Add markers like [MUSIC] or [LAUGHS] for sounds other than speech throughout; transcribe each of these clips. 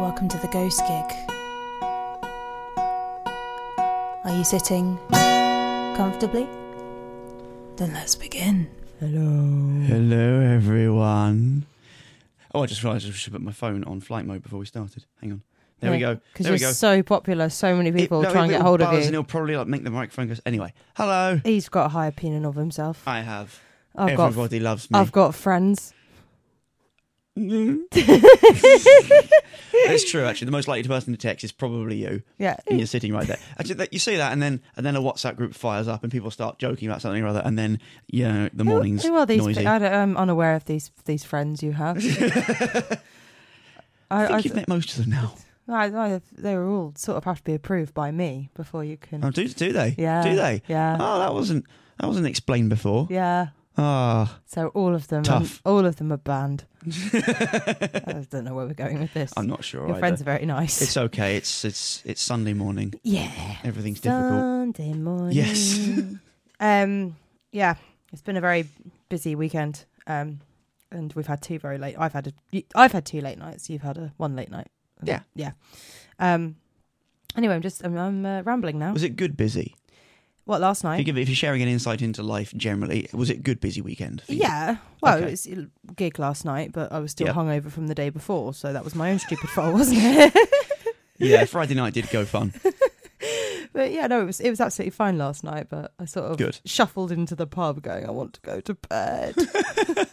welcome to the ghost gig. Are you sitting comfortably? Then let's begin. Hello, everyone. Oh, I just realised I should put my phone on flight mode before we started. Hang on. There we go. Yeah, Because There we you're go. so popular, so many people It- no, try and it get will hold of buzz you. And he'll probably like make the microphone goes. Anyway, hello. He's got a high opinion of himself. I have. I've got, Everybody loves me. [LAUGHS] I've got friends. it's true. Actually, the most likely person to text is probably you, Yeah, and you're sitting right there. Actually, that- you see that, and then and then a WhatsApp group fires up, and people start joking about something or other, and then you know the morning's Who are these? noisy. pe- I don't, I'm unaware of these these friends [LAUGHS] you have. I, I think I, you've met most of them [LAUGHS] now. I- I- they were all sort of have to be approved by me before you can. Oh, do do they? yeah, Do they? Yeah, Oh, that wasn't that wasn't explained before. yeah. Ah, So all of them, Tough. all of them [LAUGHS] are banned. I don't know where we're going with this. I'm not sure. Your either. friends are very nice. It's okay. It's it's it's Sunday morning. yeah. Everything's difficult. Sunday morning. Yes. [LAUGHS] um. Yeah. It's been a very busy weekend. Um. And we've had two very late. I've had a. you- I've had two late nights. You've had a one late night. Yeah. Yeah. Um. Anyway, I'm just I'm, I'm uh, rambling now. Was it good busy? What last If, you night? give, if you're sharing an insight into life generally, was it good busy weekend? for you? Yeah. Well, Okay. it was a gig last night, but I was still Yep. hungover from the day before, so that was my own stupid fault, [LAUGHS] wasn't it? Yeah. Friday night did go [LAUGHS] fun. But yeah, no, it was it was absolutely fine last night. But I sort of Good. shuffled into the pub, going, "I want to go [LAUGHS] to bed." [LAUGHS]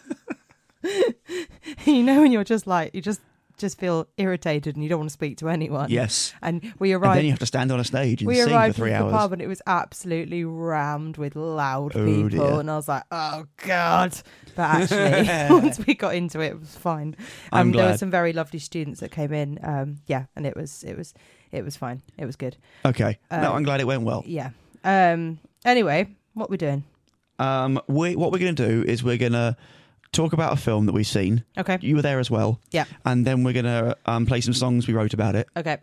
you know, when you're just like you just just feel irritated and you don't want to speak to anyone. Yes. And we And then arrived. you have to stand on a stage and we sing for arrived three at the hours. pub and it was absolutely rammed with loud Oh, people, dear. and I was like, "Oh God!" But actually, [LAUGHS] once we got into it, it was fine. I'm um, There were glad. some very lovely students that came in. Um, yeah, and it was it was it was fine. It was good. Okay. no, Uh, I'm glad it went well. Yeah. Um. Anyway, what we're doing? Um, we what we're going to do is we're going to talk about a film that we've seen. Okay. You were there as well. Yeah. And then we're going to um, play some songs we wrote about it. Okay.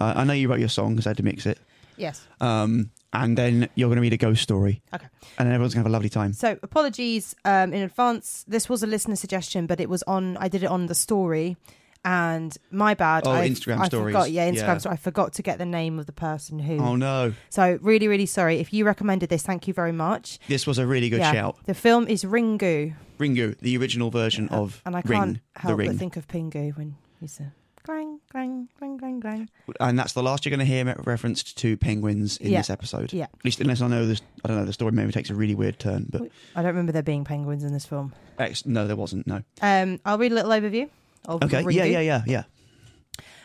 Uh, I know you wrote your song because I had to mix it. Yes. Um, and then you're going to read a ghost story. Okay. And then everyone's going to have a lovely time. So apologies um, in advance. This was a listener suggestion, but it was on. I did it on the story, and my bad. Oh, I, Instagram I stories. Forgot, yeah, Instagram Yeah. story. I forgot to get the name of the person who. Oh no, So really, really sorry. If you recommended this, thank you very much. this was a really good Yeah. shout. The film is Ringu, Ringu, the original version of and I Ring, can't the help Ring, but think of Pingu when you said clang, clang, clang, clang, clang. and that's the last you're going to hear me- referenced to penguins in Yeah. this episode. Yeah. At least, unless I know this, I don't know. The story maybe takes a really weird turn, but I don't remember there being penguins in this film. ex- no, there wasn't. No. Um, I'll read a little overview. Of Okay. Ringu. Yeah, yeah, yeah, yeah.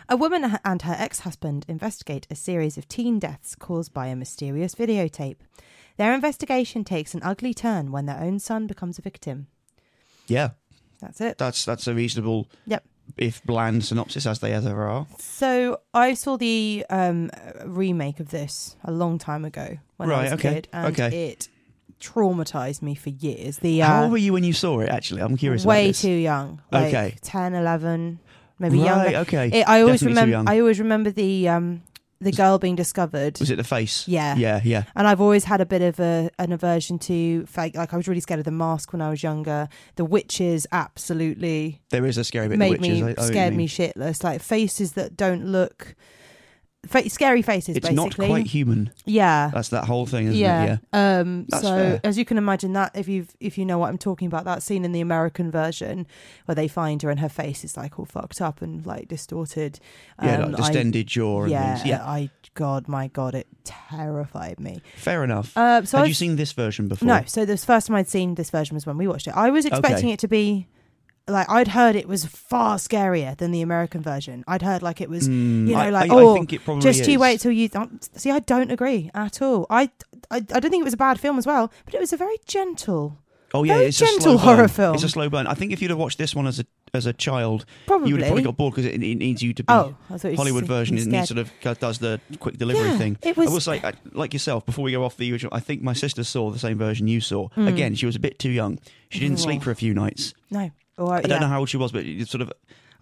A woman h- and her ex husband investigate a series of teen deaths caused by a mysterious videotape. Their investigation takes an ugly turn when their own son becomes a victim. Yeah. That's it. That's that's a reasonable. Yep. If bland synopsis as they ever are. So I saw the um, uh, remake of this a long time ago when I Right, was a okay, kid, and okay. it traumatized me for years. The uh, How old were you when you saw it? Actually, I'm curious. about way this. too young, like Okay. 10, 11, maybe right, younger. Okay. It, I Definitely always too remember. young. I always remember the um, the girl being discovered. was it the face? Yeah. Yeah. Yeah. And I've always had a bit of a, an aversion to fake. Like I was really scared of the mask when I was younger. The witches absolutely There is a scary bit. in the made witches. me I- I know what you scared mean. me shitless. Like faces that don't look fa- scary faces. It's not basically, quite human. yeah. That's that whole thing, isn't it? yeah. Yeah. Um That's so fair. as you can imagine that if you've if you know what I'm talking about, that scene in the American version where they find her and her face is like all fucked up and like distorted. Yeah, Um, like I- distended jaw and yeah, things. Yeah, I God, my God, it terrified me. fair enough. Uh, so Had I've you seen this version before? No, so the first time I'd seen this version was when we watched it. I was expecting Okay. it to be like I'd heard it was far scarier than the American version. I'd heard like it was Mm, you know, I, like, I, oh, I think it probably just you is. wait till you don't, um, see. I don't agree at all. I, I I don't think it was a bad film as well, but it was a very gentle, Oh yeah, very it's a gentle slow horror burn. film. It's a slow burn. I think if you'd have watched this one as a as a child, probably. you would have probably got bored because it, it needs you to be. oh, I thought you Hollywood said- version you it were needs scared. sort of go- does the quick delivery Yeah, thing. It was. I will say, I- like yourself, before we go off the original, I think my sister saw the same version you saw. Mm. Again, she was a bit too young. She didn't sleep Oh. for a few nights. no. Or, I don't know how old she was, but it's sort of,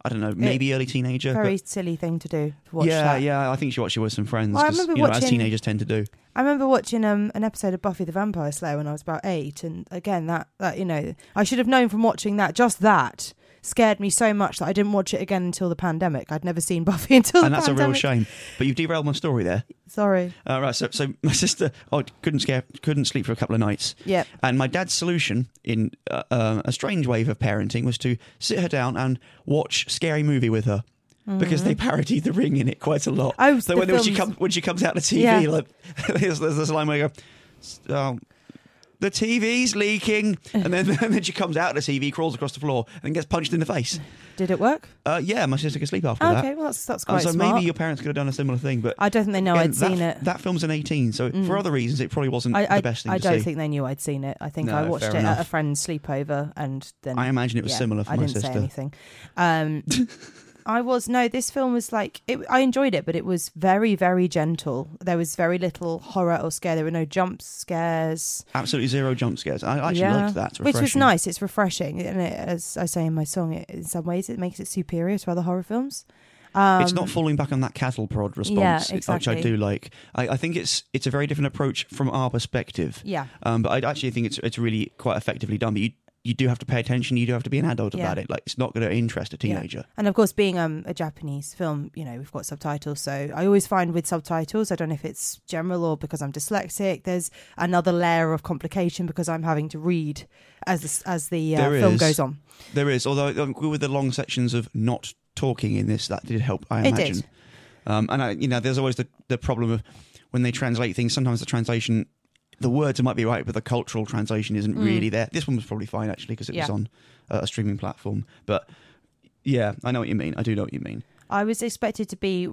I don't know, maybe early teenager. but- Very silly thing to do. To watch yeah, that. yeah. I think she watched it with some friends. Well, I 'cause, remember you know, as watching- teenagers tend to do. I remember watching um, an episode of Buffy the Vampire Slayer when I was about eight, and again that that you know I should have known from watching that just that scared me so much that I didn't watch it again until the pandemic. I'd never seen [LAUGHS] Buffy until and the that's a real pandemic. shame. But you've derailed my story there. Sorry. Uh, right, so so my sister, oh, couldn't scare, couldn't sleep for a couple of nights, Yep. and my dad's solution, in uh, um, a strange wave of parenting, was to sit her down and watch scary movie with her. Mm. Because they parodied The Ring in it quite a lot. Mm-hmm. Oh, so the when, when she films. comes when she comes out to TV, Yeah. like [LAUGHS] there's, there's this line where I go, "S- um, "The TV's leaking," and then [LAUGHS] and then she comes out of the TV, crawls across the floor, and gets punched in the face. Did it work? Uh, yeah, my sister could sleep after that. Okay, well that's that's Uh, quite so smart. maybe your parents could have done a similar thing, but I don't think they know Again, I'd that, [LAUGHS] seen it. Mm. That film's an 18, so for other reasons, it probably wasn't I, I, the best thing I to don't see. think they knew I'd seen it. I think I No, watched fair it enough. at a friend's sleepover, and then I imagine it was yeah, similar for I my didn't say sister. anything. [LAUGHS] Um, I was no. This film was like it, I enjoyed it, but it was very, very gentle. There was very little horror or scare. There were no jump scares, Absolutely zero jump scares. I I actually Yeah. liked that. It's which was refreshing. nice. It's refreshing, and it, as I say in my song, it, in some ways it makes it superior to other horror films. Um, it's not falling back on that cattle prod response, it- which I exactly. do like. I, I think it's it's a very different approach from our perspective, Yeah, um, but I actually think it's it's really quite effectively done. But you you do have to pay attention. You do have to be an adult Yeah. about it. Like it's not going to interest a Yeah. teenager. And of course, being um, a Japanese film, you know, we've got subtitles. So I always find with subtitles, I don't know if it's general or because I'm dyslexic, there's another layer of complication because I'm having to read as the, as the uh, There film is. goes on. There is, although um, with the long sections of not talking in this, that did help. I It imagine. did. Um, and I, you know, there's always the, the problem of when they translate things. Sometimes the translation, the words might be right, but the cultural translation isn't Mm. really there. This one was probably fine actually because it was Yeah. on uh, a streaming platform. But yeah, I know what you mean. I do know what you mean. I was expected to be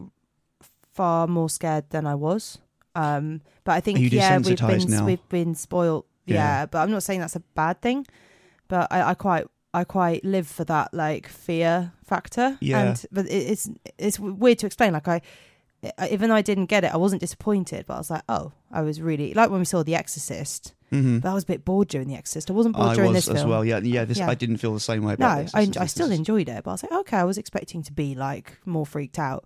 far more scared than I was. Um, but I think Are you yeah, we've desensitized been now? we've been spoiled. Yeah. Yeah. but I'm not saying that's a bad thing. But I, I quite I quite live for that like fear factor. Yeah. and but it, it's it's weird to explain. Like I. I- Even though I didn't get it, I wasn't disappointed, but I was like, "Oh, I was really like when we saw The Exorcist." hmm But I was a bit bored during The Exorcist. I wasn't bored I during was this as film. well. Yeah, yeah. This Yeah. I didn't feel the same way. No, About this. I, This en- is- I this still is- enjoyed it, but I was like, "Okay, I was expecting to be like more freaked out."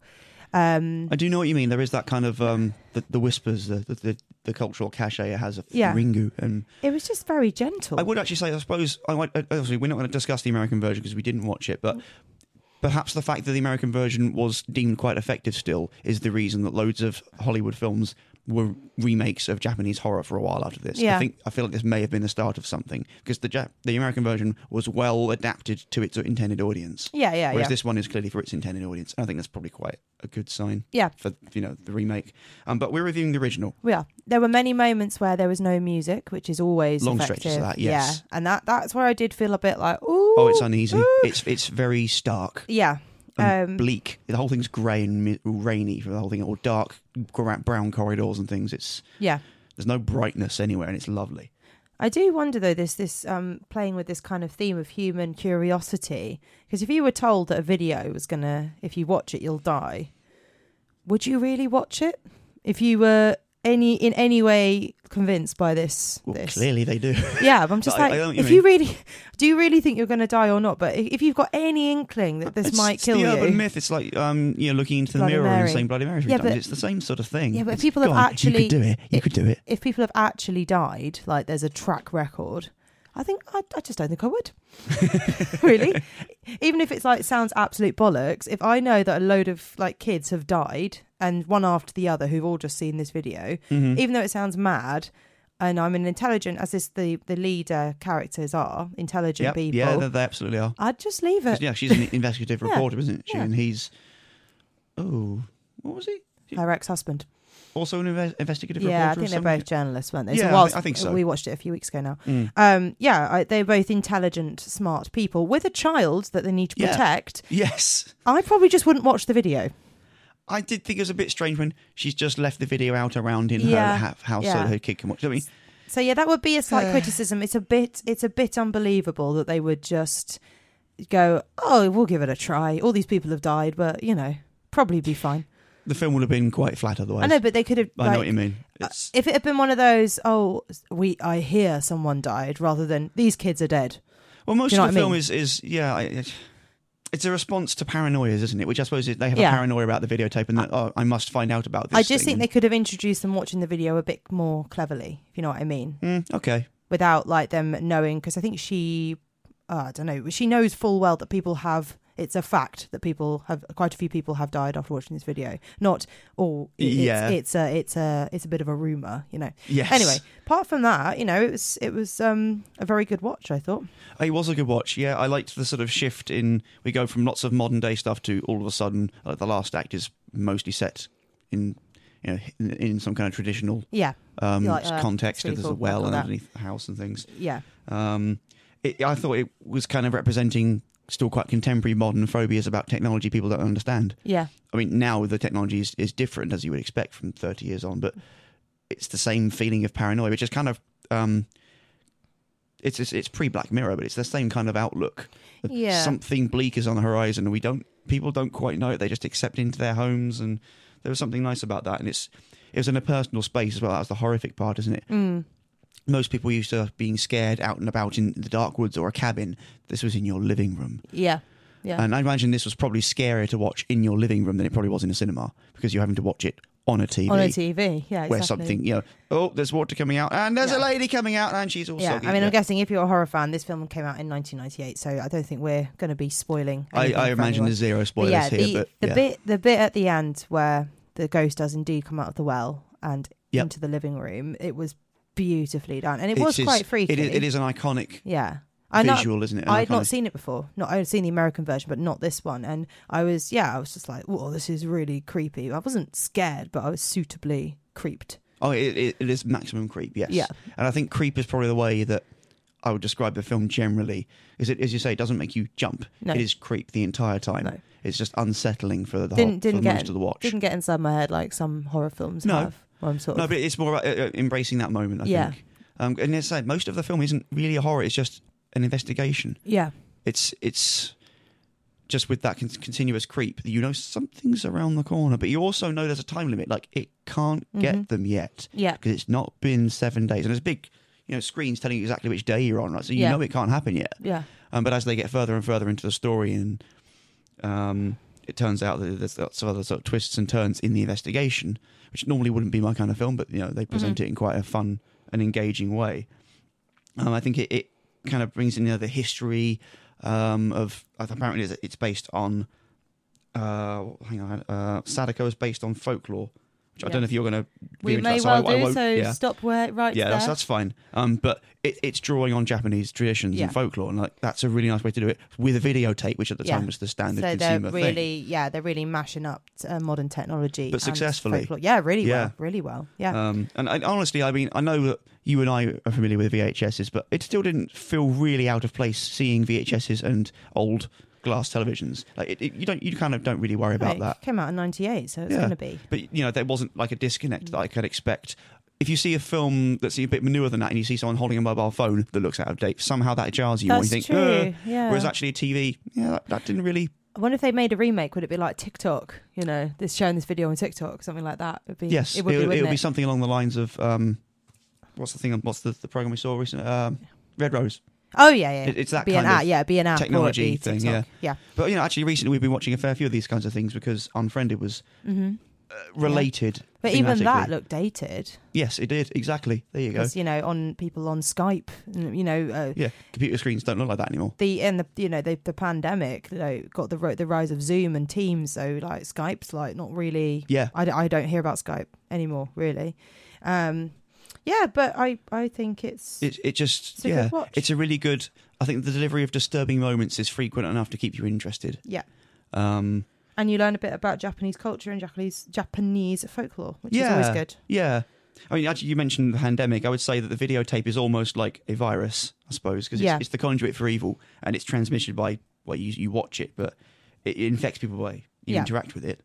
Um, I do know what you mean. There is that kind of um, the, the whispers, the, the the the cultural cachet it has of Yeah. Ringu and It was just very gentle. I would actually say, I suppose, I might, uh, obviously, we're not going to discuss the American version because we didn't watch it, but perhaps the fact that the American version was deemed quite effective still is the reason that loads of Hollywood films were remakes of Japanese horror for a while after this. Yeah. I think I feel like this may have been the start of something because the Jap- the American version was well adapted to its intended audience. yeah, yeah, Whereas yeah. this one is clearly for its intended audience, and I think that's probably quite a good sign yeah, for you know the remake. Um, but we're reviewing the original. we are. There were many moments where there was no music, which is always Long effective. stretches of that, yes. Yeah, and that that's where I did feel a bit like, ooh, Oh, it's uneasy. ooh. It's it's very stark. yeah, and Um, bleak. The whole thing's grey and mi- rainy for the whole thing, or dark gra- brown corridors and things. It's yeah. there's no brightness anywhere, and it's lovely. I do wonder though this this um playing with this kind of theme of human curiosity because if you were told that a video was gonna if you watch it you'll die, would you really watch it if you were any in any way convinced by this? Well, this? clearly they do. Yeah, but I'm [LAUGHS] just I- I like, know what you if you mean. really, do you really think you're going to die or not? But i- if you've got any inkling that this It's- might it's kill the you, urban myth. It's like um, you know, looking into the Bloody mirror Mary. and saying Bloody Mary. three Yeah, times. but- it's the same sort of thing. yeah, but if It's, people have "Go on, actually- you could do it. You it- could do it. if people have actually died, like there's a track record, I think I, I just don't think I would. [LAUGHS] really, even if it's like sounds absolute bollocks. If I know that a load of like kids have died and one after the other who've all just seen this video, Mhm. even though it sounds mad. And I'm an intelligent, as is the the leader characters are intelligent Yep. people. Yeah, they, they absolutely are. I'd just leave 'Cause, it. yeah, she's an investigative [LAUGHS] Yeah. reporter, isn't she? Yeah. And he's oh, what was he? Her ex-husband. Also an inve- investigative Yeah, I reporter. think of they're some- both journalists, weren't they? Yeah, so I whilst thi- I think so. We watched it a few weeks ago now. Mm. Um, yeah, I, they're both intelligent, smart people with a child that they need to Yeah. protect. Yes. I probably just wouldn't watch the video. I did think it was a bit strange when she's just left the video out around in Yeah. her ha- house so Yeah. that her kid can watch. I mean, So yeah, that would be a Uh. slight criticism. It's a bit, it's a bit unbelievable that they would just go, "Oh, we'll give it a try." All these people have died, but you know, probably be fine. the film would have been quite flat otherwise. I know, but they could have. I like, know what you mean. Uh, It's, if it had been one of those, oh, we I hear someone died, rather than these kids are dead. well, most do you know of the what I film mean? is is yeah. I, it's- it's a response to paranoias, isn't it? Which I suppose is they have Yeah. a paranoia about the videotape and that oh, I must find out about this. I just think they could have introduced them watching the video a bit more cleverly, if you know what I mean, they. Mm, okay. without like them knowing. Because I think she, oh, I don't know. She knows full well that people have. It's a fact that people have quite a few people have died after watching this video. Not all. It's, Yeah. It's a it's a it's a bit of a rumor, you know. Yes. Anyway, apart from that, you know, it was it was um, a very good watch. I thought. It was a good watch. Yeah, I liked the sort of shift in. We go from lots of modern day stuff to all of a sudden, like the last act is mostly set in, you know, in, in some kind of traditional Yeah. um, Yeah, like, uh, context. it's really There's a cool. I well thought and that. underneath the house and things. Yeah. Um, it, I thought it was kind of representing still quite contemporary modern phobias about technology people don't understand. Yeah. I mean, now the technology is, is different as you would expect from 30 years on, but it's the same feeling of paranoia, which is kind of um, it's it's, it's pre Black Mirror, but it's the same kind of outlook. that Yeah. something bleak is on the horizon, and we don't people don't quite know it. They just accept into their homes, and there was something nice about that. And it's it was in a personal space as well. That was the horrific part, isn't it? Mm. Most people used to being scared out and about in the dark woods or a cabin. This was in your living room. Yeah. Yeah. And I imagine this was probably scarier to watch in your living room than it probably was in a cinema because you're having to watch it on a TV. On a TV. Yeah. Exactly. Where something, you know, oh, there's water coming out, and there's a Yeah. lady coming out, and she's all Yeah, soggy. I mean, I'm guessing if you're a horror fan, this film came out in 1998, so I don't think we're going to be spoiling. I, anything I for imagine anyone. there's zero But spoilers yeah, here, the, but the yeah. bit the bit at the end where the ghost does indeed come out of the well and Yep. into the living room, it was beautifully done, and it It's- was it's- quite freaky. It is, it is an iconic yeah. I know. visual, isn't it? An I had iconic- not seen it before. Not I'd seen the American version, but not this one. And I was, yeah, I was just like, "Whoa, this is really creepy." I wasn't scared, but I was suitably creeped. Oh, it, it, it is maximum creep, yes. Yeah. And I think creep is probably the way that I would describe the film generally. Is it, as you say, it doesn't make you jump. No. It is creep the entire time. No. It's just unsettling for the whole, Didn't- for didn't get most of the watch. Didn't get inside my head like some horror films No. have. Where I'm sort No, of but it's more about uh, uh, embracing that moment. I Yeah. think. Um, and as I said, most of the film isn't really a horror; it's just an investigation. yeah, It's it's just with that con- continuous creep. You know something's around the corner, but you also know there's a time limit. Like it can't Mhm. get them yet yeah. because it's not been seven days, and there's big. You know, screens telling you exactly which day you're on, right? So you Yeah. know it can't happen yet. Yeah, Um, but as they get further and further into the story, and um, it turns out that there's lots of other sort of twists and turns in the investigation, which normally wouldn't be my kind of film, but you know they present Mm-hmm. it in quite a fun and engaging way. Um, I think it, it kind of brings in you know, the history um, of apparently it's- it's based on. Uh, hang on, uh, Sadako is based on folklore, which I Yeah. don't know if you're going to. we into may that, well so I- I do. won't- so yeah stop where right yeah, there. that's, that's fine. Um, but it, it's drawing on Japanese traditions Yeah. and folklore, and like that's a really nice way to do it with a videotape, which at the Yeah. time was the standard so they're consumer really, thing. yeah, they're really mashing up uh, modern technology, But and successfully. folklore. Yeah, really Yeah. well, really well. Yeah, Um, and I, honestly, I mean, I know that you and I are familiar with VHSs, but it still didn't feel really out of place seeing VHSs and old glass televisions. Like it, it, you don't, you kind of don't really worry about Right, that. Came out in '98, so it's Yeah. going to be. But you know, there wasn't like a disconnect that Mm. I could expect. If you see a film that's a bit manure than that, and you see someone holding a mobile phone that looks out of date, somehow that jars you. and That's you think, true. "Uh," yeah. Whereas actually a TV, yeah, that, that didn't really. I wonder if they made a remake, would it be like TikTok? You know, this showing this video on TikTok, something like that. It'd be, Yes, it would be. it'll, Wouldn't it'll it? be something along the lines of um, what's the thing? um, What's the, the program we saw recently? Um, Red Rose. oh yeah, yeah. It- it's that be kind an app, of yeah, it'd be an app or it'd technology be thing, TikTok. yeah. But you know, actually, recently we've been watching a fair few of these kinds of things because Unfriended was hmm uh, related. But even that thematically. looked dated yes, it did exactly. There you go. because you know, on people on Skype, you know, uh, Yeah, computer screens don't look like that anymore. the and the you know the the pandemic you know, got the ri- the rise of Zoom and Teams, so like Skype's like not really. Yeah, I, d- I don't hear about Skype anymore, really. Um, yeah, but I I think it's it it just It's a good yeah, watch. it's a really good. I think the delivery of disturbing moments is frequent enough to keep you interested. Yeah. Um. and you learn a bit about Japanese culture and Japanese Japanese folklore, which is Yeah. always good. Yeah. I mean, actually, you mentioned the pandemic. I would say that the videotape is almost like a virus, I suppose, because it's, Yeah. it's the conduit for evil and it's transmitted by, well, you, you watch it, but it, it infects people by you Yeah. interact with it.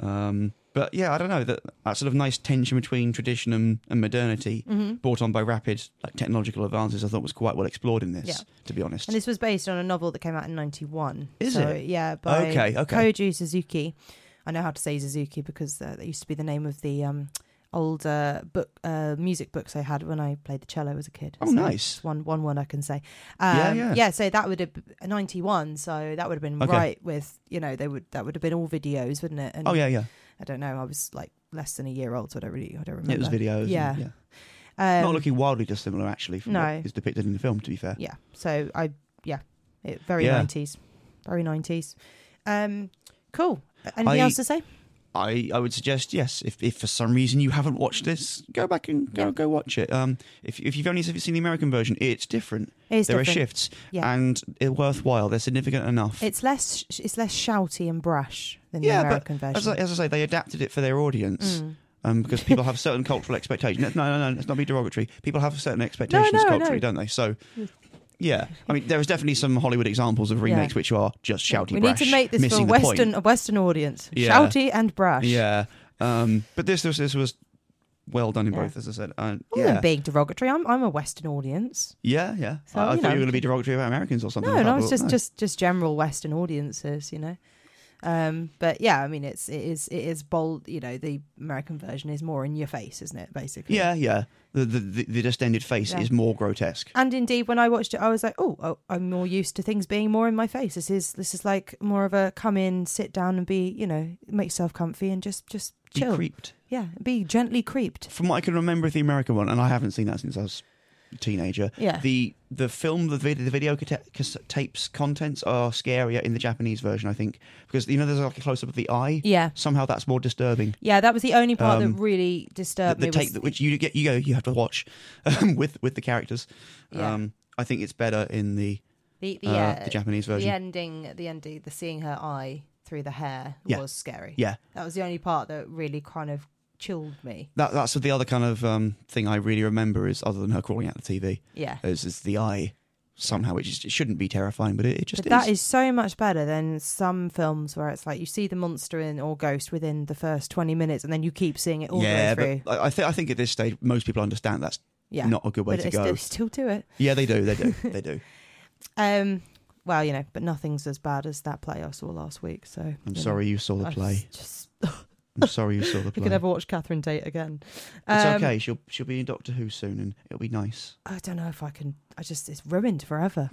Um, but yeah, I don't know. That, that sort of nice tension between tradition and, and modernity Mm-hmm. brought on by rapid like technological advances, I thought was quite well explored in this, Yeah. to be honest. And this was based on a novel that came out in '91. Is so, it? Yeah, by Okay, okay. Koji Suzuki. I know how to say Suzuki because uh, that used to be the name of the um, old uh, book uh, music books I had when I played the cello as a kid. Oh, So nice. it's One one word I can say. Um, Yeah, yeah, yeah. So that would have '91. So that would have been Okay. right with you know they would that would have been all videos, wouldn't it? And oh, yeah, yeah. I don't know. I was like less than a year old, so I don't really I don't remember. It was videos. and- Yeah. yeah. Um, Not looking wildly dissimilar, actually, from no. what is depicted in the film, to be fair. yeah so i yeah It, very Yeah. nineties, very nineties. Um, cool. Anything I- else to say? I, I would suggest yes. If, if for some reason you haven't watched this, go back and go Yeah. go watch it. Um, if if you've only seen the American version, it's different. It's there different. are shifts, Yeah. and it's worthwhile. They're significant enough. It's less sh- it's less shouty and brash than yeah, the American but as I, version. as I say, they adapted it for their audience. Mm. Um, because people have certain cultural expectations. No, no, no, let's not be derogatory. People have certain expectations no, culturally, no. don't they? So, yeah, I mean, there is definitely some Hollywood examples of remakes Yeah. which are just shouty. we brash, need to make this for a missing the point. Western a Western audience. Yeah. Shouty and brash. Yeah, um, but this was this was well done in Yeah. Oh, both, as I said. Uh, I wasn't yeah, being derogatory. I'm I'm a Western audience. yeah, yeah. So, I, I you thought you know. were going to be derogatory about Americans or something. No, I no, thought, it's just no. just just general Western audiences, you know. Um, but yeah, I mean, it's it is it is bold. You know, the American version is more in your face, isn't it? Basically, yeah, yeah. The the, the, the distended face Yeah. is more grotesque. And indeed, when I watched it, I was like, oh, oh, I'm more used to things being more in my face. This is this is like more of a come in, sit down, and be you know make yourself comfy and just just Be chill. creeped. yeah, be gently creeped. From what I can remember of the American one, and I haven't seen that since I was a teenager. Yeah. The the film, the video, the video cate- cas- tapes contents are scarier in the Japanese version, I think, because you know there's like a close up of the eye. Yeah, Somehow that's more disturbing. yeah, that was the only part Um, that really disturbed the, me. the tape was- that which you get you go you have to watch [LAUGHS] um, with with the characters. Yeah. Um, I think it's better in the the the, uh, uh, the Japanese the version. ending, the ending, the seeing her eye through the hair Yeah. was scary. Yeah. that was the only part that really kind of chilled me. That that's the other kind of um, thing I really remember is other than her crawling out the TV Yeah. is, is the eye somehow which is, it shouldn't be terrifying, but it, it just but that is. is so much better than some films where it's like you see the monster in or ghost within the first 20 minutes and then you keep seeing it all yeah, the way through. but I, I think I think at this stage most people understand that's yeah. not a good way but to it's go. Still, still do it. Yeah, they do, they [LAUGHS] do, they do. Um, well, you know, but nothing's as bad as that play I saw last week. So I'm sorry you saw the play. Just, [LAUGHS] I'm sorry you saw the we play. could never watch Catherine Tate again. it's Um, okay. She'll she'll be in Doctor Who soon, and it'll be nice. I don't know if I can. I just it's ruined forever.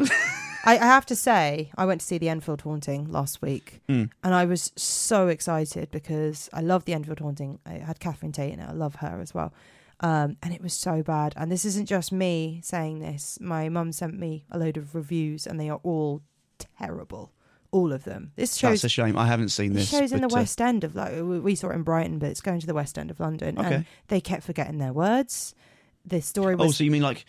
I, I have to say, I went to see the Enfield Haunting last week, Mm. and I was so excited because I love the Enfield Haunting. I had Catherine Tate in it. I love her as well, um, and it was so bad. And this isn't just me saying this. My mum sent me a load of reviews, and they are all terrible. All of them. This That's shows a shame. I haven't seen it this. shows in the but, uh, West End of like we we saw it in Brighton, but it's going to the West End of London, and Okay. they kept forgetting their words. The story Oh, was so you mean like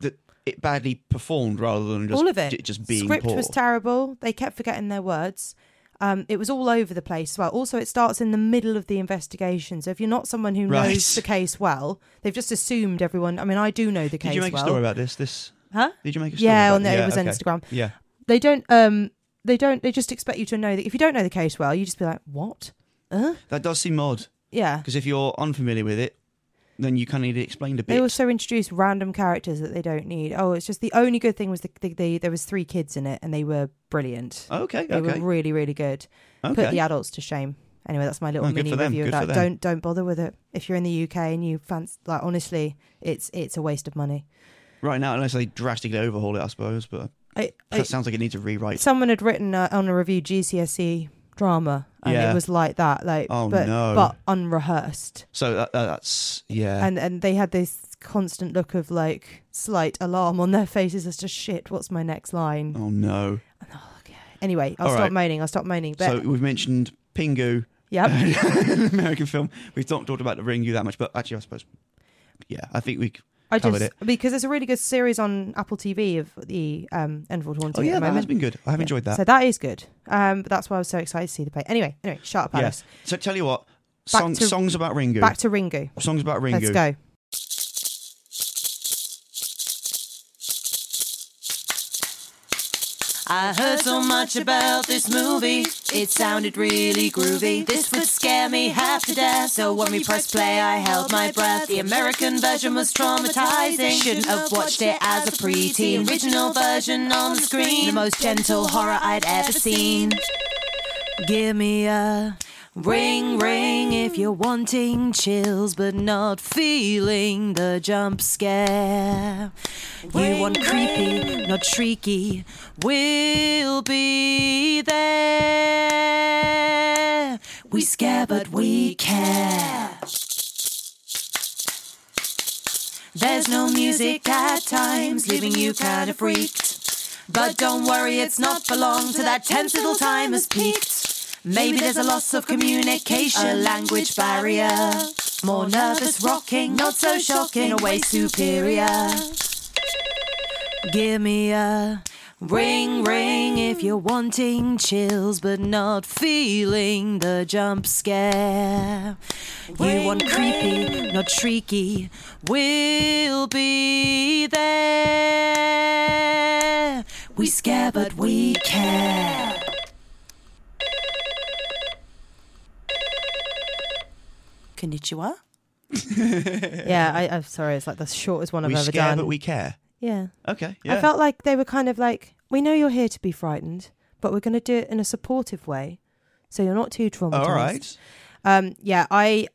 that it badly performed rather than just all of it. j- just being script poor. was terrible. They kept forgetting their words. Um, it was all over the place as well. Also, it starts in the middle of the investigation. So if you're not someone who Right. knows the case well, they've just assumed everyone. I mean, I do know the case Did you make well. a story about this? This huh? did you make a story? Yeah, about on the, it was okay. Instagram. Yeah, They don't. Um, they don't. They just expect you to know that if you don't know the case well, you just be like, what? Huh? that does seem odd Yeah. because if you're unfamiliar with it, then you kind of need it explained a bit. They also introduced random characters that they don't need. Oh, it's just the only good thing was the, the, the there was three kids in it and they were brilliant. okay, They Oh, okay, were really really good. okay. put the adults to shame. Anyway, that's my little Oh, good mini for them, review of good for that. them. Don't don't bother with it. If you're in the UK and you fancy, like honestly, it's it's a waste of money. right now, unless they drastically overhaul it, I suppose. But I, that sounds like it needs a I- rewrite. someone had written uh, on a review GCSE E drama, and Yeah. it was like that, like Oh, but no. but unrehearsed, So that, that, that's yeah. and and they had this constant look of like slight alarm on their faces as to shit. What's my next line? oh no. Anyway, I'll All stop right. moaning. I'll stop moaning. But so we've mentioned Pingu, [LAUGHS] [LAUGHS] yep, an American film. We've not talked about the Ring You that much, but actually, I suppose. Yeah, I think we. c- I covered just because there's a really good series on Apple TV of the um Enfield Oh Haunting. yeah, at the that has moment. been good. I have Yeah. enjoyed that. So that is good. Um, but that's why I was so excited to see the play. Anyway, anyway, shut up, Yeah. Alice. So tell you what, Back song, to- songs about Ringu. Back to Ringu. songs about Ringu. Let's go. I heard so much about this movie. It sounded really groovy. This would scare me half to death. So when we pressed play, I held my breath. The American version was traumatizing. Shouldn't have watched it as a preteen. Original version on the screen. The most gentle horror I'd ever seen. Give me a ring, ring if you're wanting chills but not feeling the jump scare. you want creepy, not shrieky. We'll be there. We scare but we care. There's no music at times, leaving you kind of freaked. But don't worry, it's not for long till that tense little time has peaked. Maybe there's a loss of communication, a language barrier. More nervous rocking, not so shocking, a way superior. Give me a ring, ring if you're wanting chills but not feeling the jump scare. You want creepy, not shrieky. We'll be there. We scare but we care. Konnichiwa. [LAUGHS] yeah, I, I'm sorry. It's like the shortest one I've we ever scare, done. but we care. yeah. Okay. Yeah. I felt like they were kind of like, we know you're here to be frightened, but we're going to do it in a supportive way, so you're not too traumatized. All right. Um, yeah, I,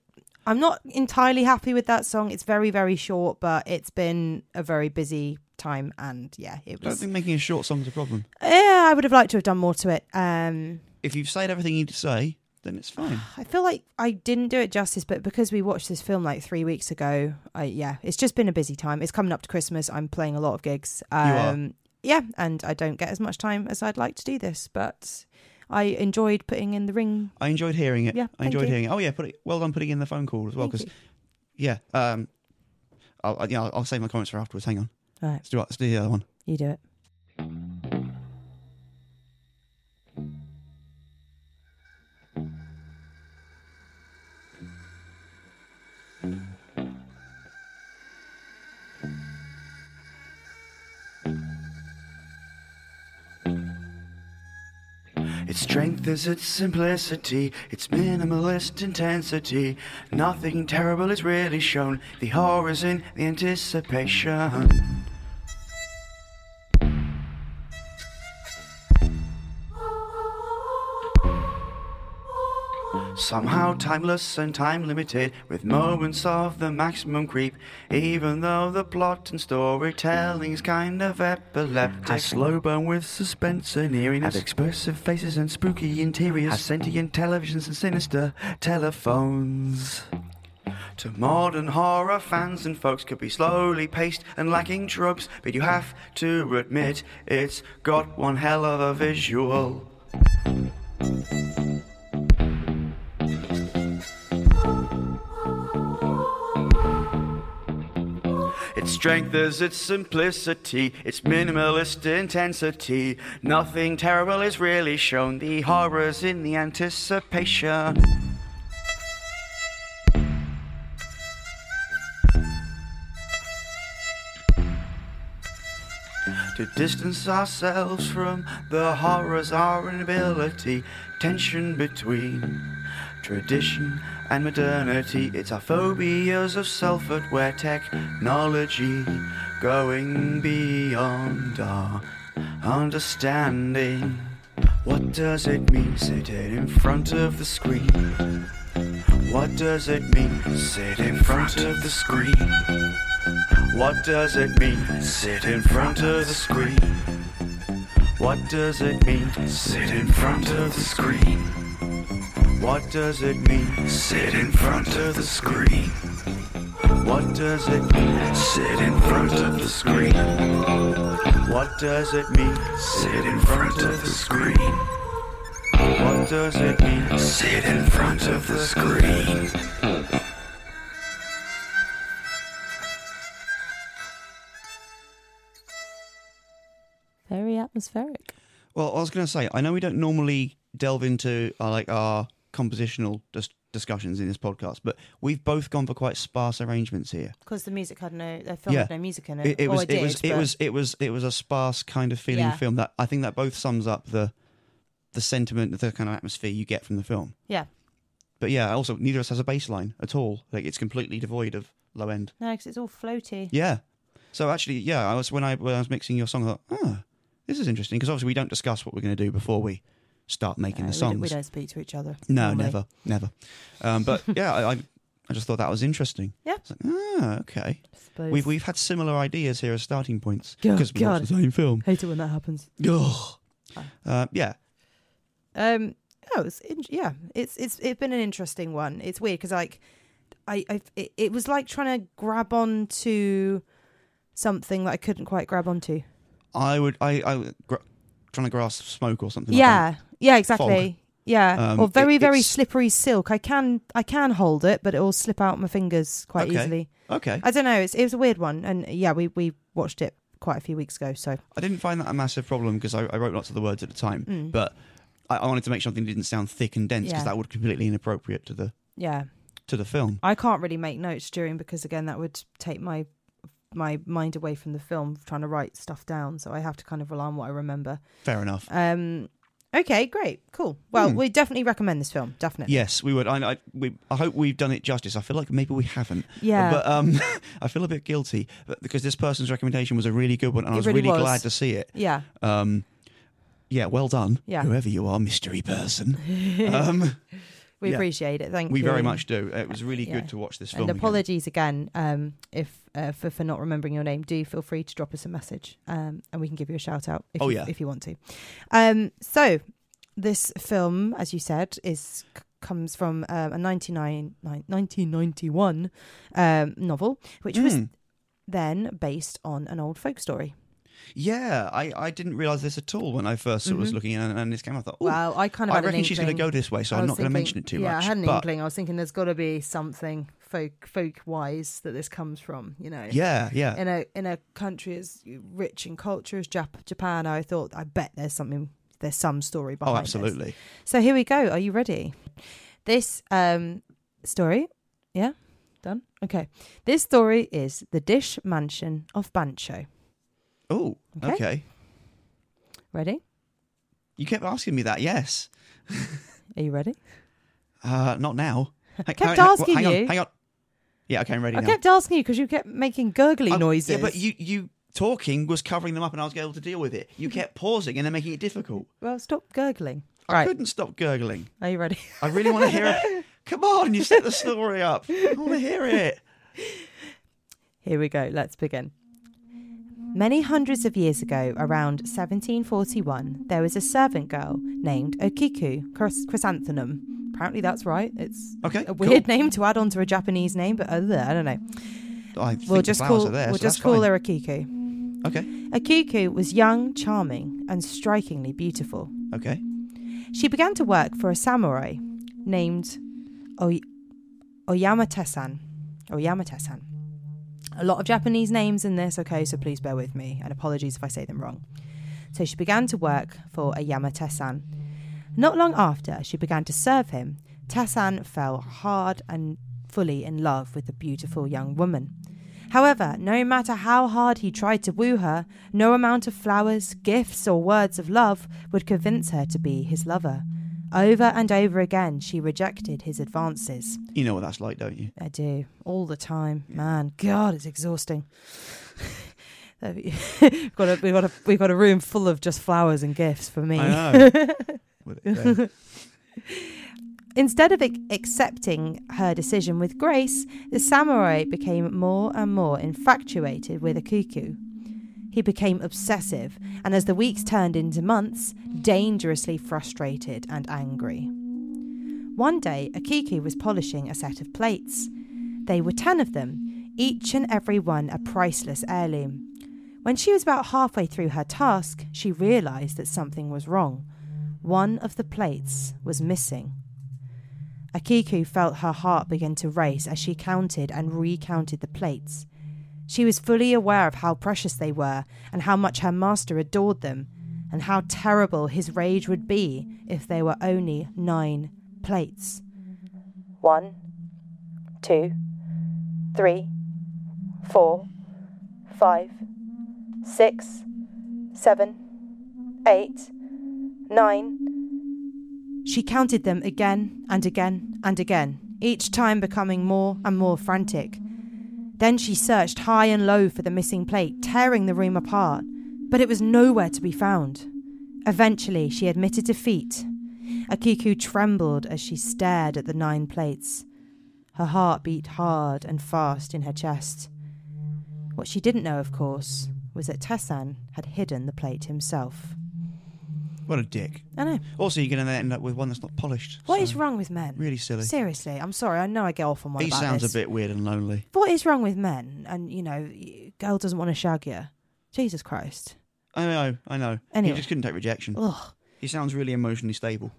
I'm not entirely happy with that song. It's very, very short, but it's been a very busy time, and yeah, it I don't was. think making a short song's a problem. yeah, I would have liked to have done more to it. Um, If you've said everything you need to say, then it's fine. I feel like I didn't do it justice, but because we watched this film like three weeks ago, I, yeah, it's just been a busy time. It's coming up to Christmas. I'm playing a lot of gigs. are. Um, Yeah, and I don't get as much time as I'd like to do this, but I enjoyed putting in the ring. I enjoyed hearing it. Yeah, I thank enjoyed you. hearing it. Oh yeah, put it, well done putting in the phone call as well Thank because yeah, um, I'll, I- yeah, I'll, I'll save my comments for afterwards. Hang on, All right, let's do let's do the other one. you do it. Its strength is its simplicity, its minimalist intensity. Nothing terrible is really shown. The horror is in the anticipation. Somehow timeless and time limited, with moments of the maximum creep, even though the plot and storytelling is kind of epileptic. I slow burn with suspense and eeriness, has expressive faces and spooky interiors, has sentient televisions and sinister telephones. To modern horror fans and folks could be slowly paced and lacking tropes, but you have to admit it's got one hell of a visual. Its strength is its simplicity, its minimalist intensity. Nothing terrible is really shown, the horrors in the anticipation. To distance ourselves from the horrors, our inability, tension between tradition and modernity. It's our phobias of selfhood where technology going beyond our understanding. What does it mean sitting in front of the screen? What does it mean sit in front of the screen? What does it mean sit in front of the screen? What does it mean sit in front of the screen? What does it mean? Sit in front of the screen. What does it mean? Sit in front of the screen. What does it mean? Sit in front of the screen. What does it mean? Sit in front of the screen. Very atmospheric. Well, I was going to say, I know we don't normally delve into uh, like our compositional dis- discussions in this podcast, but we've both gone for quite sparse arrangements here. Because the music had no, the film Yeah. had no music in it. It, it Or was, did, it was, it but- was, it was, it was a sparse kind of feeling Yeah. film that I think that both sums up the the sentiment, the kind of atmosphere you get from the film. Yeah. But yeah, also neither of us has a bass line at all. Like it's completely devoid of low end. No, because it's all floaty. Yeah. So actually, yeah, I was when I when I was mixing your song, I thought, ah, this is interesting because obviously we don't discuss what we're going to do before we start making Uh, the we don't- songs. We, don't speak to each other. No, normally. never, never. Um, [LAUGHS] but yeah, I, I I just thought that was interesting. Yeah. It's like, ah, okay. Suppose. We've we've had similar ideas here as starting points Good because we watched God. the same film. Hate it when that happens. Ugh. Uh, yeah, Um, oh, it's in- yeah, it's it's it's been an interesting one. It's weird because like I I it, it was like trying to grab onto something that I couldn't quite grab onto. I would. I. I gr- trying to grasp smoke or something. like yeah, yeah, exactly. Yeah, Um, or very, it- very it's- slippery silk. I can, I can hold it, but it will slip out my fingers that. quite okay. easily. Okay. I, I don't know. It's, it was a weird one, and yeah, we we watched it quite a few weeks ago. So didn't find that a massive problem because I, I wrote lots of the words at the time, but I, I wanted to make sure something didn't sound thick and dense because Mm. Yeah. that would be completely inappropriate to the yeah, to the film. I can't really make notes during because again, that would take my my mind away from the film, trying to write stuff down. So I have to kind of rely on what I remember. Fair enough. Um, okay, great, cool. Well, Hmm. we definitely recommend this film, definitely. Yes, we would. I, I, we, I hope we've done it justice. I feel like maybe we haven't. Yeah. But um, [LAUGHS] I feel a bit guilty but- because this person's recommendation was a really good one, and I It was really really, was. glad to see it. yeah. Um, yeah, well done. Yeah. Whoever you are, mystery [LAUGHS] person. um, We Yeah. appreciate it. Thank we you. very much do. It was really Yeah. good to watch this film. And again. apologies again, um, if uh, for for not remembering your name. Do feel free to drop us a message, um, and we can give you a shout out. If Oh, you, yeah. if you want to. Um, so this film, as you said, is c- comes from um, a 99, nine- 1991 um, novel, which was Mm. then based on an old folk story. Yeah, I, I didn't realize this at all when I first sort of was looking and, and this came. I thought, oh, Mm-hmm. Well, I kind of. I had an reckon she's going to inkling. go this way, so I I'm was not going to thinking- mention it too yeah, much. I had an but inkling. I was thinking there's got to be something folk folk wise that this comes from, you know. Yeah, yeah. In a in a country as rich in culture as Jap- Japan, I thought I bet there's something there's some story behind. oh, this. absolutely. So here we go. Are you ready? This um story, yeah, done. Okay, this story is the Dish Mansion of Bancho. Oh, Okay. okay. Ready? You kept asking me that. Yes. Are you ready? Uh, not [LAUGHS] now. I kept asking hang on, you. hang on. Yeah, okay, I'm ready I now. kept asking you because you kept making gurgly I- noises. Yeah, but you you talking was covering them up, and I was able to deal with it. You kept pausing and then making it difficult. well, stop gurgling. I right, couldn't stop gurgling. are you ready? I really want to hear [LAUGHS] it. Come on, you set the story up. I want to hear it. Here we go, let's begin. Many hundreds of years ago, around 1741, there was a servant girl named Okiku Chris- Chrysanthemum. Apparently, that's right. It's Okay, a Uh, weird name to add on to a Japanese name, but other than, I don't know. Cool. I think We'll the just flowers call, are there, we'll so just that's call fine. her Akiku. Okay, Akiku was young, charming, and strikingly beautiful. okay. She began to work for a samurai named Oy- Oyamate-san. Oyamate-san. A lot of Japanese names in this, okay, so please bear with me, and apologies if I say them wrong. So she began to work for Oyamate-san. Not long after she began to serve him, Tassan fell hard and fully in love with the beautiful young woman. However, no matter how hard he tried to woo her, no amount of flowers, gifts, or words of love would convince her to be his lover. Over and over again, she rejected his advances. You know what that's like, don't you? I do all the time, man. God, it's exhausting. [LAUGHS] we've got a we've got a we've got a room full of just flowers and gifts for me. [LAUGHS] I know. With it there. Instead of ac- accepting her decision with grace, the samurai became more and more infatuated with Akuku. He became obsessive, and as the weeks turned into months, dangerously frustrated and angry. One day, Akiku was polishing a set of plates. They were ten of them, each and every one a priceless heirloom. When she was about halfway through her task, she realized that something was wrong. One of the plates was missing. Akiku felt her heart begin to race as she counted and recounted the plates. She was fully aware of how precious they were and how much her master adored them, and how terrible his rage would be if there were only nine plates. One, two, three, four, five, six, seven, eight, nine, she counted them again and again and again, each time becoming more and more frantic. Then she searched high and low for the missing plate, tearing the room apart, but it was nowhere to be found. Eventually, she admitted defeat. Akiku trembled as she stared at the nine plates. Her heart beat hard and fast in her chest. What she didn't know, of course, was that Tassan had hidden the plate himself. what a dick. I know. Also, you're going to end up with one that's not polished. What is so- wrong with men? Really silly. Seriously, I'm sorry. I know I get off on one He about sounds this. a bit weird and lonely. What is wrong with men? And you know, y- girl doesn't want to shag you. Jesus Christ. I know, I know. Anyway. He just couldn't take rejection. Ugh. He sounds really emotionally stable.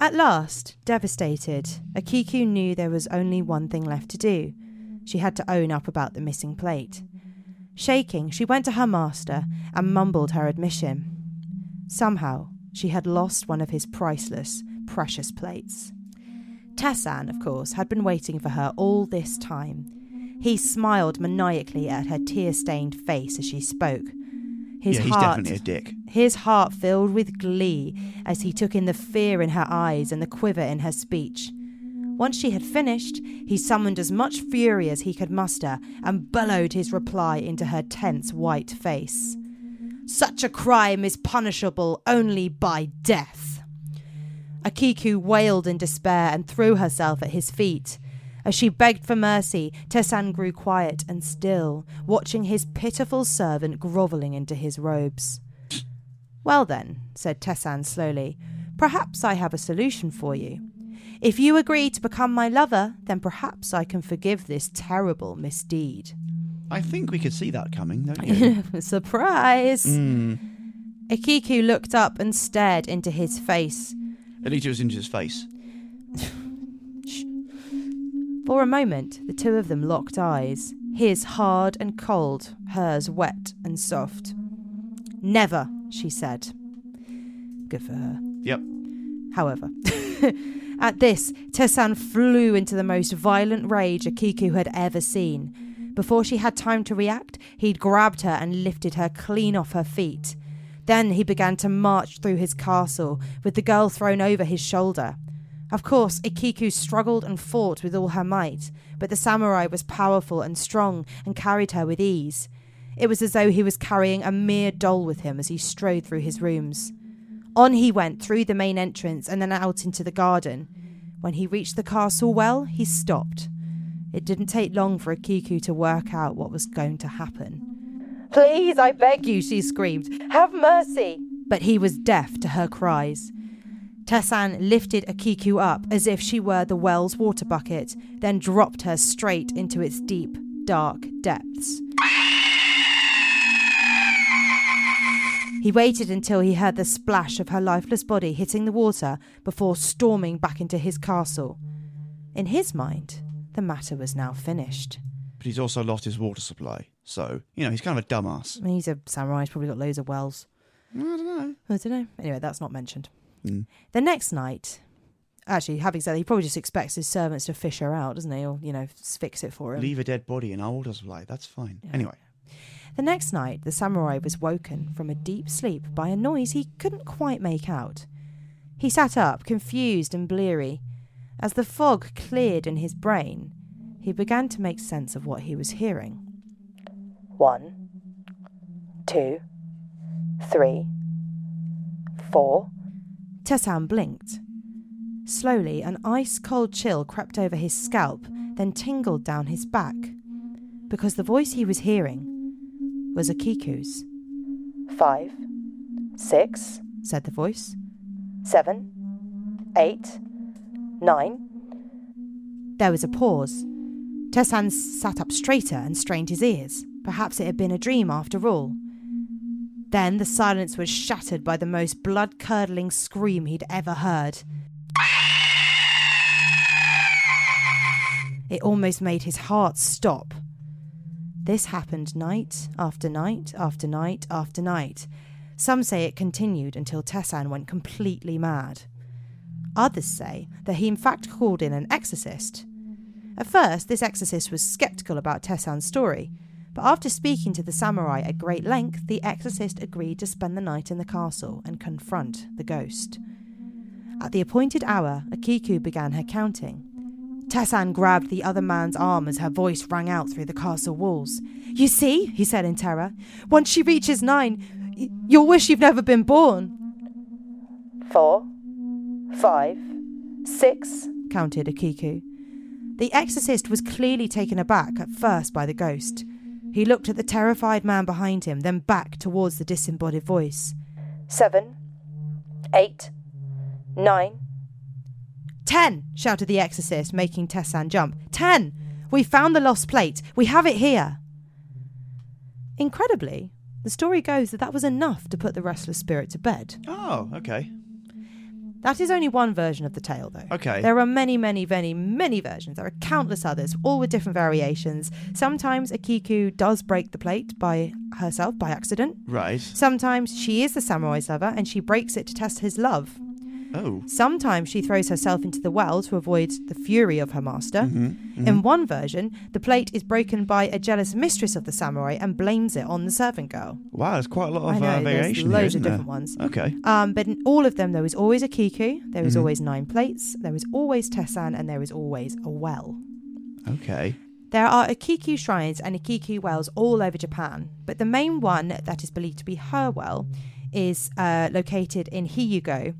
At last, devastated, Akiku knew there was only one thing left to do. She had to own up about the missing plate. Shaking, she went to her master and mumbled her admission. Somehow, she had lost one of his priceless, precious plates. Tassan, of course, had been waiting for her all this time. He smiled maniacally at her tear stained face as she spoke. His yeah, he's heart definitely a dick. his heart filled with glee as he took in the fear in her eyes and the quiver in her speech. Once she had finished, he summoned as much fury as he could muster and bellowed his reply into her tense white face. Such a crime is punishable only by death. Akiku wailed in despair and threw herself at his feet. As she begged for mercy, Tessan grew quiet and still, watching his pitiful servant grovelling into his robes. Well, then, said Tessan slowly, perhaps I have a solution for you. If you agree to become my lover, then perhaps I can forgive this terrible misdeed. [LAUGHS] I think we could see that coming, don't you? Hmm. Surprise! Mm. Akiku looked up and stared into his face. At least it was into his face. For a moment, the two of them locked eyes, his hard and cold, hers wet and soft. Never, she said. Good for her. Yep. However, [LAUGHS] at this, Tessan flew into the most violent rage Akiku had ever seen. Before she had time to react, he'd grabbed her and lifted her clean off her feet. Then he began to march through his castle, with the girl thrown over his shoulder. Of course, Ikiku struggled and fought with all her might, but the samurai was powerful and strong and carried her with ease. It was as though he was carrying a mere doll with him as he strode through his rooms. On he went through the main entrance and then out into the garden. When he reached the castle well, he stopped. It didn't take long for Akiku to work out what was going to happen. Please, I beg you, she screamed. Have mercy! But he was deaf to her cries. Tassan lifted Akiku up as if she were the well's water bucket, then dropped her straight into its deep, dark depths. He waited until he heard the splash of her lifeless body hitting the water before storming back into his castle. In his mind, the matter was now finished. But he's also lost his water supply. So, you know, he's kind of a dumbass. I mean, he's a samurai, he's probably got loads of wells. I don't know. I don't know. Anyway, that's not mentioned. Mm. The next night, actually, having said that, he probably just expects his servants to fish her out, doesn't he? Or, you know, s- fix it for him. Leave a dead body in our water supply. That's fine. Anyway, The next night, the samurai was woken from a deep sleep by a noise he couldn't quite make out. He sat up, confused and bleary. As the fog cleared in his brain, he began to make sense of what he was hearing. One, two, three, four. Tessan blinked. Slowly, an ice cold chill crept over his scalp, then tingled down his back. Because the voice he was hearing was Akiku's. Five, six, said the voice. Seven, eight, nine. There was a pause. Tessan sat up straighter and strained his ears. Perhaps it had been a dream after all. Then the silence was shattered by the most blood curdling scream he'd ever heard. It almost made his heart stop. This happened night after night after night after night. Some say it continued until Tessan went completely mad. Others say that he in fact called in an exorcist. At first, this exorcist was skeptical about Tessan's story, but after speaking to the samurai at great length, the exorcist agreed to spend the night in the castle and confront the ghost. At the appointed hour, Akiku began her counting. Tassan grabbed the other man's arm as her voice rang out through the castle walls. You see, he said in terror, once she reaches nine, y- you'll wish you've never been born. Four, five, six, counted Akiku. The exorcist was clearly taken aback at first by the ghost. He looked at the terrified man behind him, then back towards the disembodied voice. Seven, eight, nine, Ten! shouted the exorcist, making Tessan jump. Ten! We found the lost plate. We have it here. Incredibly, The story goes that that was enough to put the restless spirit to bed. Oh, okay. That is only one version of the tale, though. Okay. There are many, many, many, many versions. There are countless others, all with different variations. Sometimes Akiku does break the plate by herself, by accident. Right. Sometimes she is the samurai's lover and she breaks it to test his love. Oh. Sometimes she throws herself into the well to avoid the fury of her master. In one version, the plate is broken by a jealous mistress of the samurai and blames it on the servant girl. Wow, there's quite a lot I of know, uh, there's variation here, loads of isn't there? different ones. Okay. Um, but in all of them, there is always a kiku, there is always nine plates, there is always Tessan, and there is always a well. Okay. There are Akiku shrines and Akiku wells all over Japan, but the main one that is believed to be her well is uh, located in Hiyugo,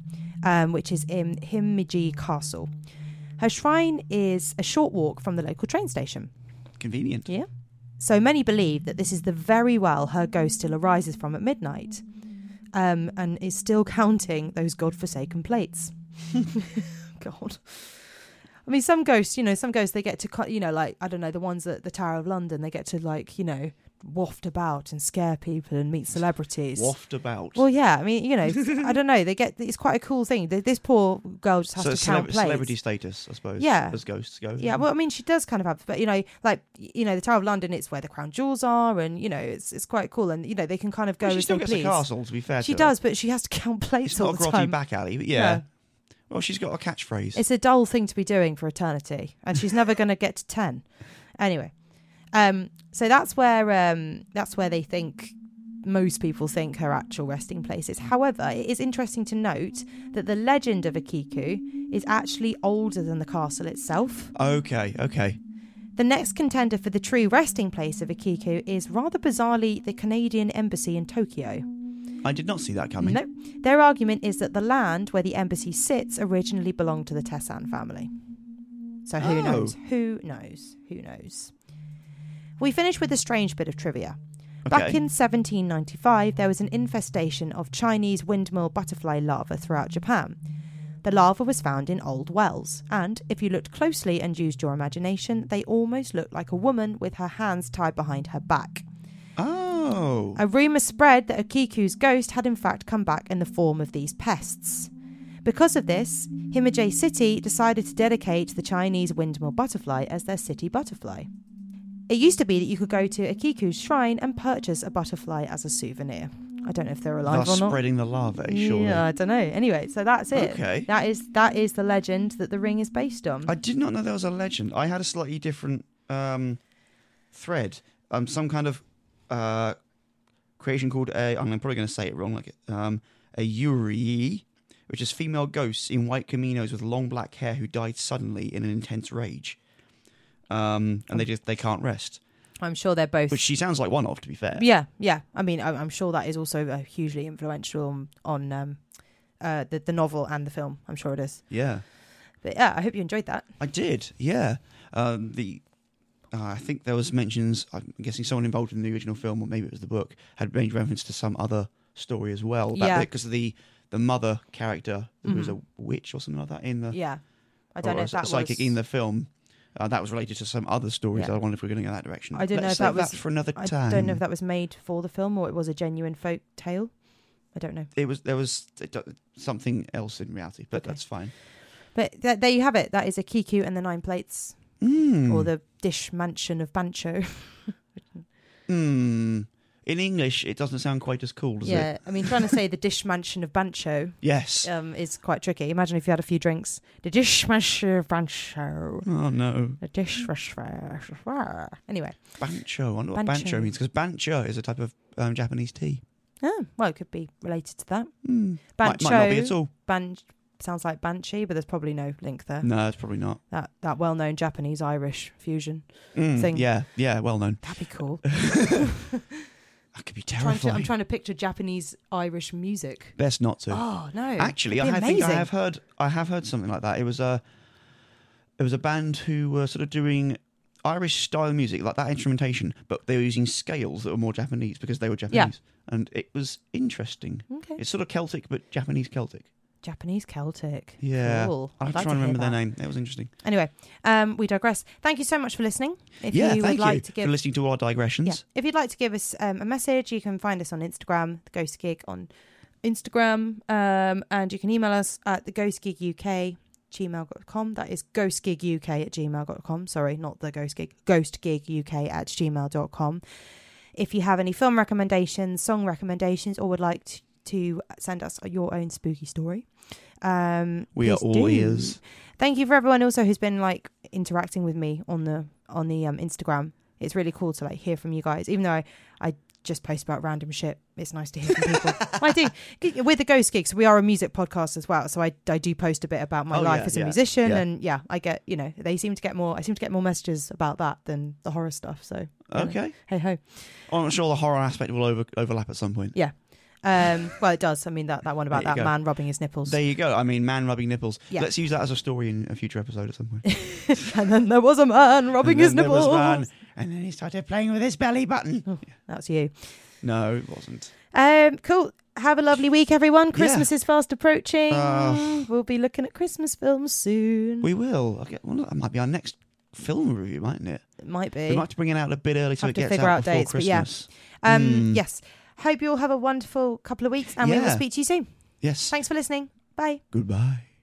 um, which is in Himeji Castle. Her shrine is a short walk from the local train station. Convenient. Yeah. So many believe that this is the very well her ghost still arises from at midnight um, and is still [LAUGHS] counting those godforsaken plates. God. I mean, some ghosts, you know, some ghosts, they get to, cut, you know, like, I don't know, the ones at the Tower of London, they get to, like, you know, waft about and scare people and meet celebrities. Waft about. Well, yeah, I mean, you know, I don't know. They get, it's quite a cool thing. Th- This poor girl just has so to celeb- count plates. celebrity status, I suppose. Yeah. As ghosts go. Yeah, well, I mean, she does kind of have, but you know, like you know, the Tower of London, it's where the crown jewels are, and you know, it's it's quite cool, and you know, they can kind of go she as still they gets please. a castle, to be fair. she to her. does, but she has to [LAUGHS] count plates It's all not a the grotty time. back alley, but yeah. No. Well, she's got a catchphrase. It's a dull thing to be doing for eternity, and she's never going to get to ten. Anyway, um, so that's where um, that's where they think most people think her actual resting place is. However, it is interesting to note that the legend of Akiku is actually older than the castle itself. okay, okay. The next contender for the true resting place of Akiku is rather bizarrely the Canadian embassy in Tokyo. I did not see that coming. no, their argument is that the land where the embassy sits originally belonged to the Tessan family. So who Oh. knows? Who knows? Who knows? We finish with a strange bit of trivia. Back Okay. in 1795, there was an infestation of Chinese windmill butterfly larvae throughout Japan. The larva was found in old wells, and if you looked closely and used your imagination, they almost looked like a woman with her hands tied behind her back. Oh. A rumour spread that Okiku's ghost had in fact come back in the form of these pests. Because of this, Himeji City decided to dedicate the Chinese windmill butterfly as their city butterfly. It used to be that you could go to Akiku's shrine and purchase a butterfly as a souvenir. I don't know if they're alive Thus or not. spreading the larvae, surely. Yeah, I don't know. Anyway, so that's it. Okay. That is that is the legend that the ring is based on. I did not know there was a legend. I had a slightly different um, thread. Um, some kind of uh, creation called a. I'm probably going to say it wrong. Like um, a Yuri, which is female ghosts in white kimonos with long black hair who died suddenly in an intense rage. Um, and they just they can't rest. I'm sure they're both Which she sounds like one of, to be fair. Yeah, yeah. I mean, I- I'm sure that is also uh, hugely influential on, on um, uh, the the novel and the film. I'm sure it is. Yeah. But yeah, I hope you enjoyed that. I did, yeah. Um, the uh, I think there was mentions. I'm guessing someone involved in the original film, or maybe it was the book, had made reference to some other story as well. About Yeah. Mm-hmm. because the the mother character who was a witch or something like that in the Yeah, I don't or know a if that psychic was in the film. Uh, that was related to some other stories. Yeah. I wonder if we're going to go that direction. I don't know Let's if that save was- for another I time. don't know if that was made for the film or it was a genuine folk tale. I don't know. it was there was it- something else in reality, but Okay. that's fine. But th- there you have it. That is a Kiku and the Nine Plates, Mm. or the Dish Mansion of Bancho. Mm. In English, it doesn't sound quite as cool, does it? yeah, I mean, trying to say the Dish Mansion of Bancho Yes. um, is quite tricky. Imagine if you had a few drinks. The Dish Mansion of Bancho. Oh no. A dish Anyway. Bancho. I wonder what Bancho. bancho, means because bancho is a type of um, Japanese tea. Oh, well, it could be related to that. Mm. Hmm. Bancho. Might, might not be at all. Ban- sounds like banshee, but there's probably no link there. No, it's probably not. That that well-known Japanese-Irish fusion. Mm, Thing. Yeah, yeah, well [LAUGHS] known. That'd be cool. That could be trying to, terrifying. I'm trying to picture Japanese-Irish music. Best not to. Oh no! Actually, I, That'd I be think I amazing. have heard. I have heard something like that. It was a. It was a band who were sort of doing Irish style music, like that instrumentation, but they were using scales that were more Japanese because they were Japanese, and it was interesting. Okay. It's sort of Celtic, but Japanese Celtic. Japanese Celtic. Yeah, Cool. I'll I'd have to like try and hear remember their that. name. That was interesting. Anyway, um, we digress. Thank you so much for listening. If yeah, you would thank you like to for give listening to all our yeah, digressions. if you'd like to give us um, a message, you can find us on Instagram, the Ghost Gig on Instagram, um, and you can email us at the Ghost Gig UK gmail.com that is ghostgiguk at gmail.com sorry not the ghost gig ghost gig uk at gmail.com if you have any film recommendations song recommendations or would like to, to send us your own spooky story um We are please all do. ears. thank you for everyone also who's been like interacting with me on the on the um, instagram it's really cool to like hear from you guys even though i, I just post about random shit it's nice to hear [LAUGHS] from people i do we're the ghost gigs we are a music podcast as well so i, I do post a bit about my Oh, life yeah, as a yeah, musician yeah. and yeah i get you know they seem to get more i seem to get more messages about that than the horror stuff so you know, Okay, hey ho I'm sure the horror aspect will over, overlap at some point. um well it does i mean that that one about There you that go. man rubbing his nipples There you go. I mean, man rubbing nipples. Yeah. Let's use that as a story in a future episode at some [LAUGHS] point. and then [LAUGHS] there was a man rubbing And his then there was nipples man, and then he started playing with his belly button. that's you No, it wasn't. Um, cool. Have a lovely week, everyone. Christmas is fast approaching. Ah. we'll be looking at Christmas films soon. We will. Okay, well, that might be our next film review, mightn't it? it might be. We might have to bring it out a bit early so Have it to gets figure out out before dates, but yeah. Christmas. um, Mm. Yes. Hope you all have a wonderful couple of weeks, and we will Yeah. speak to you soon. Yes. Thanks for listening. Bye. Goodbye.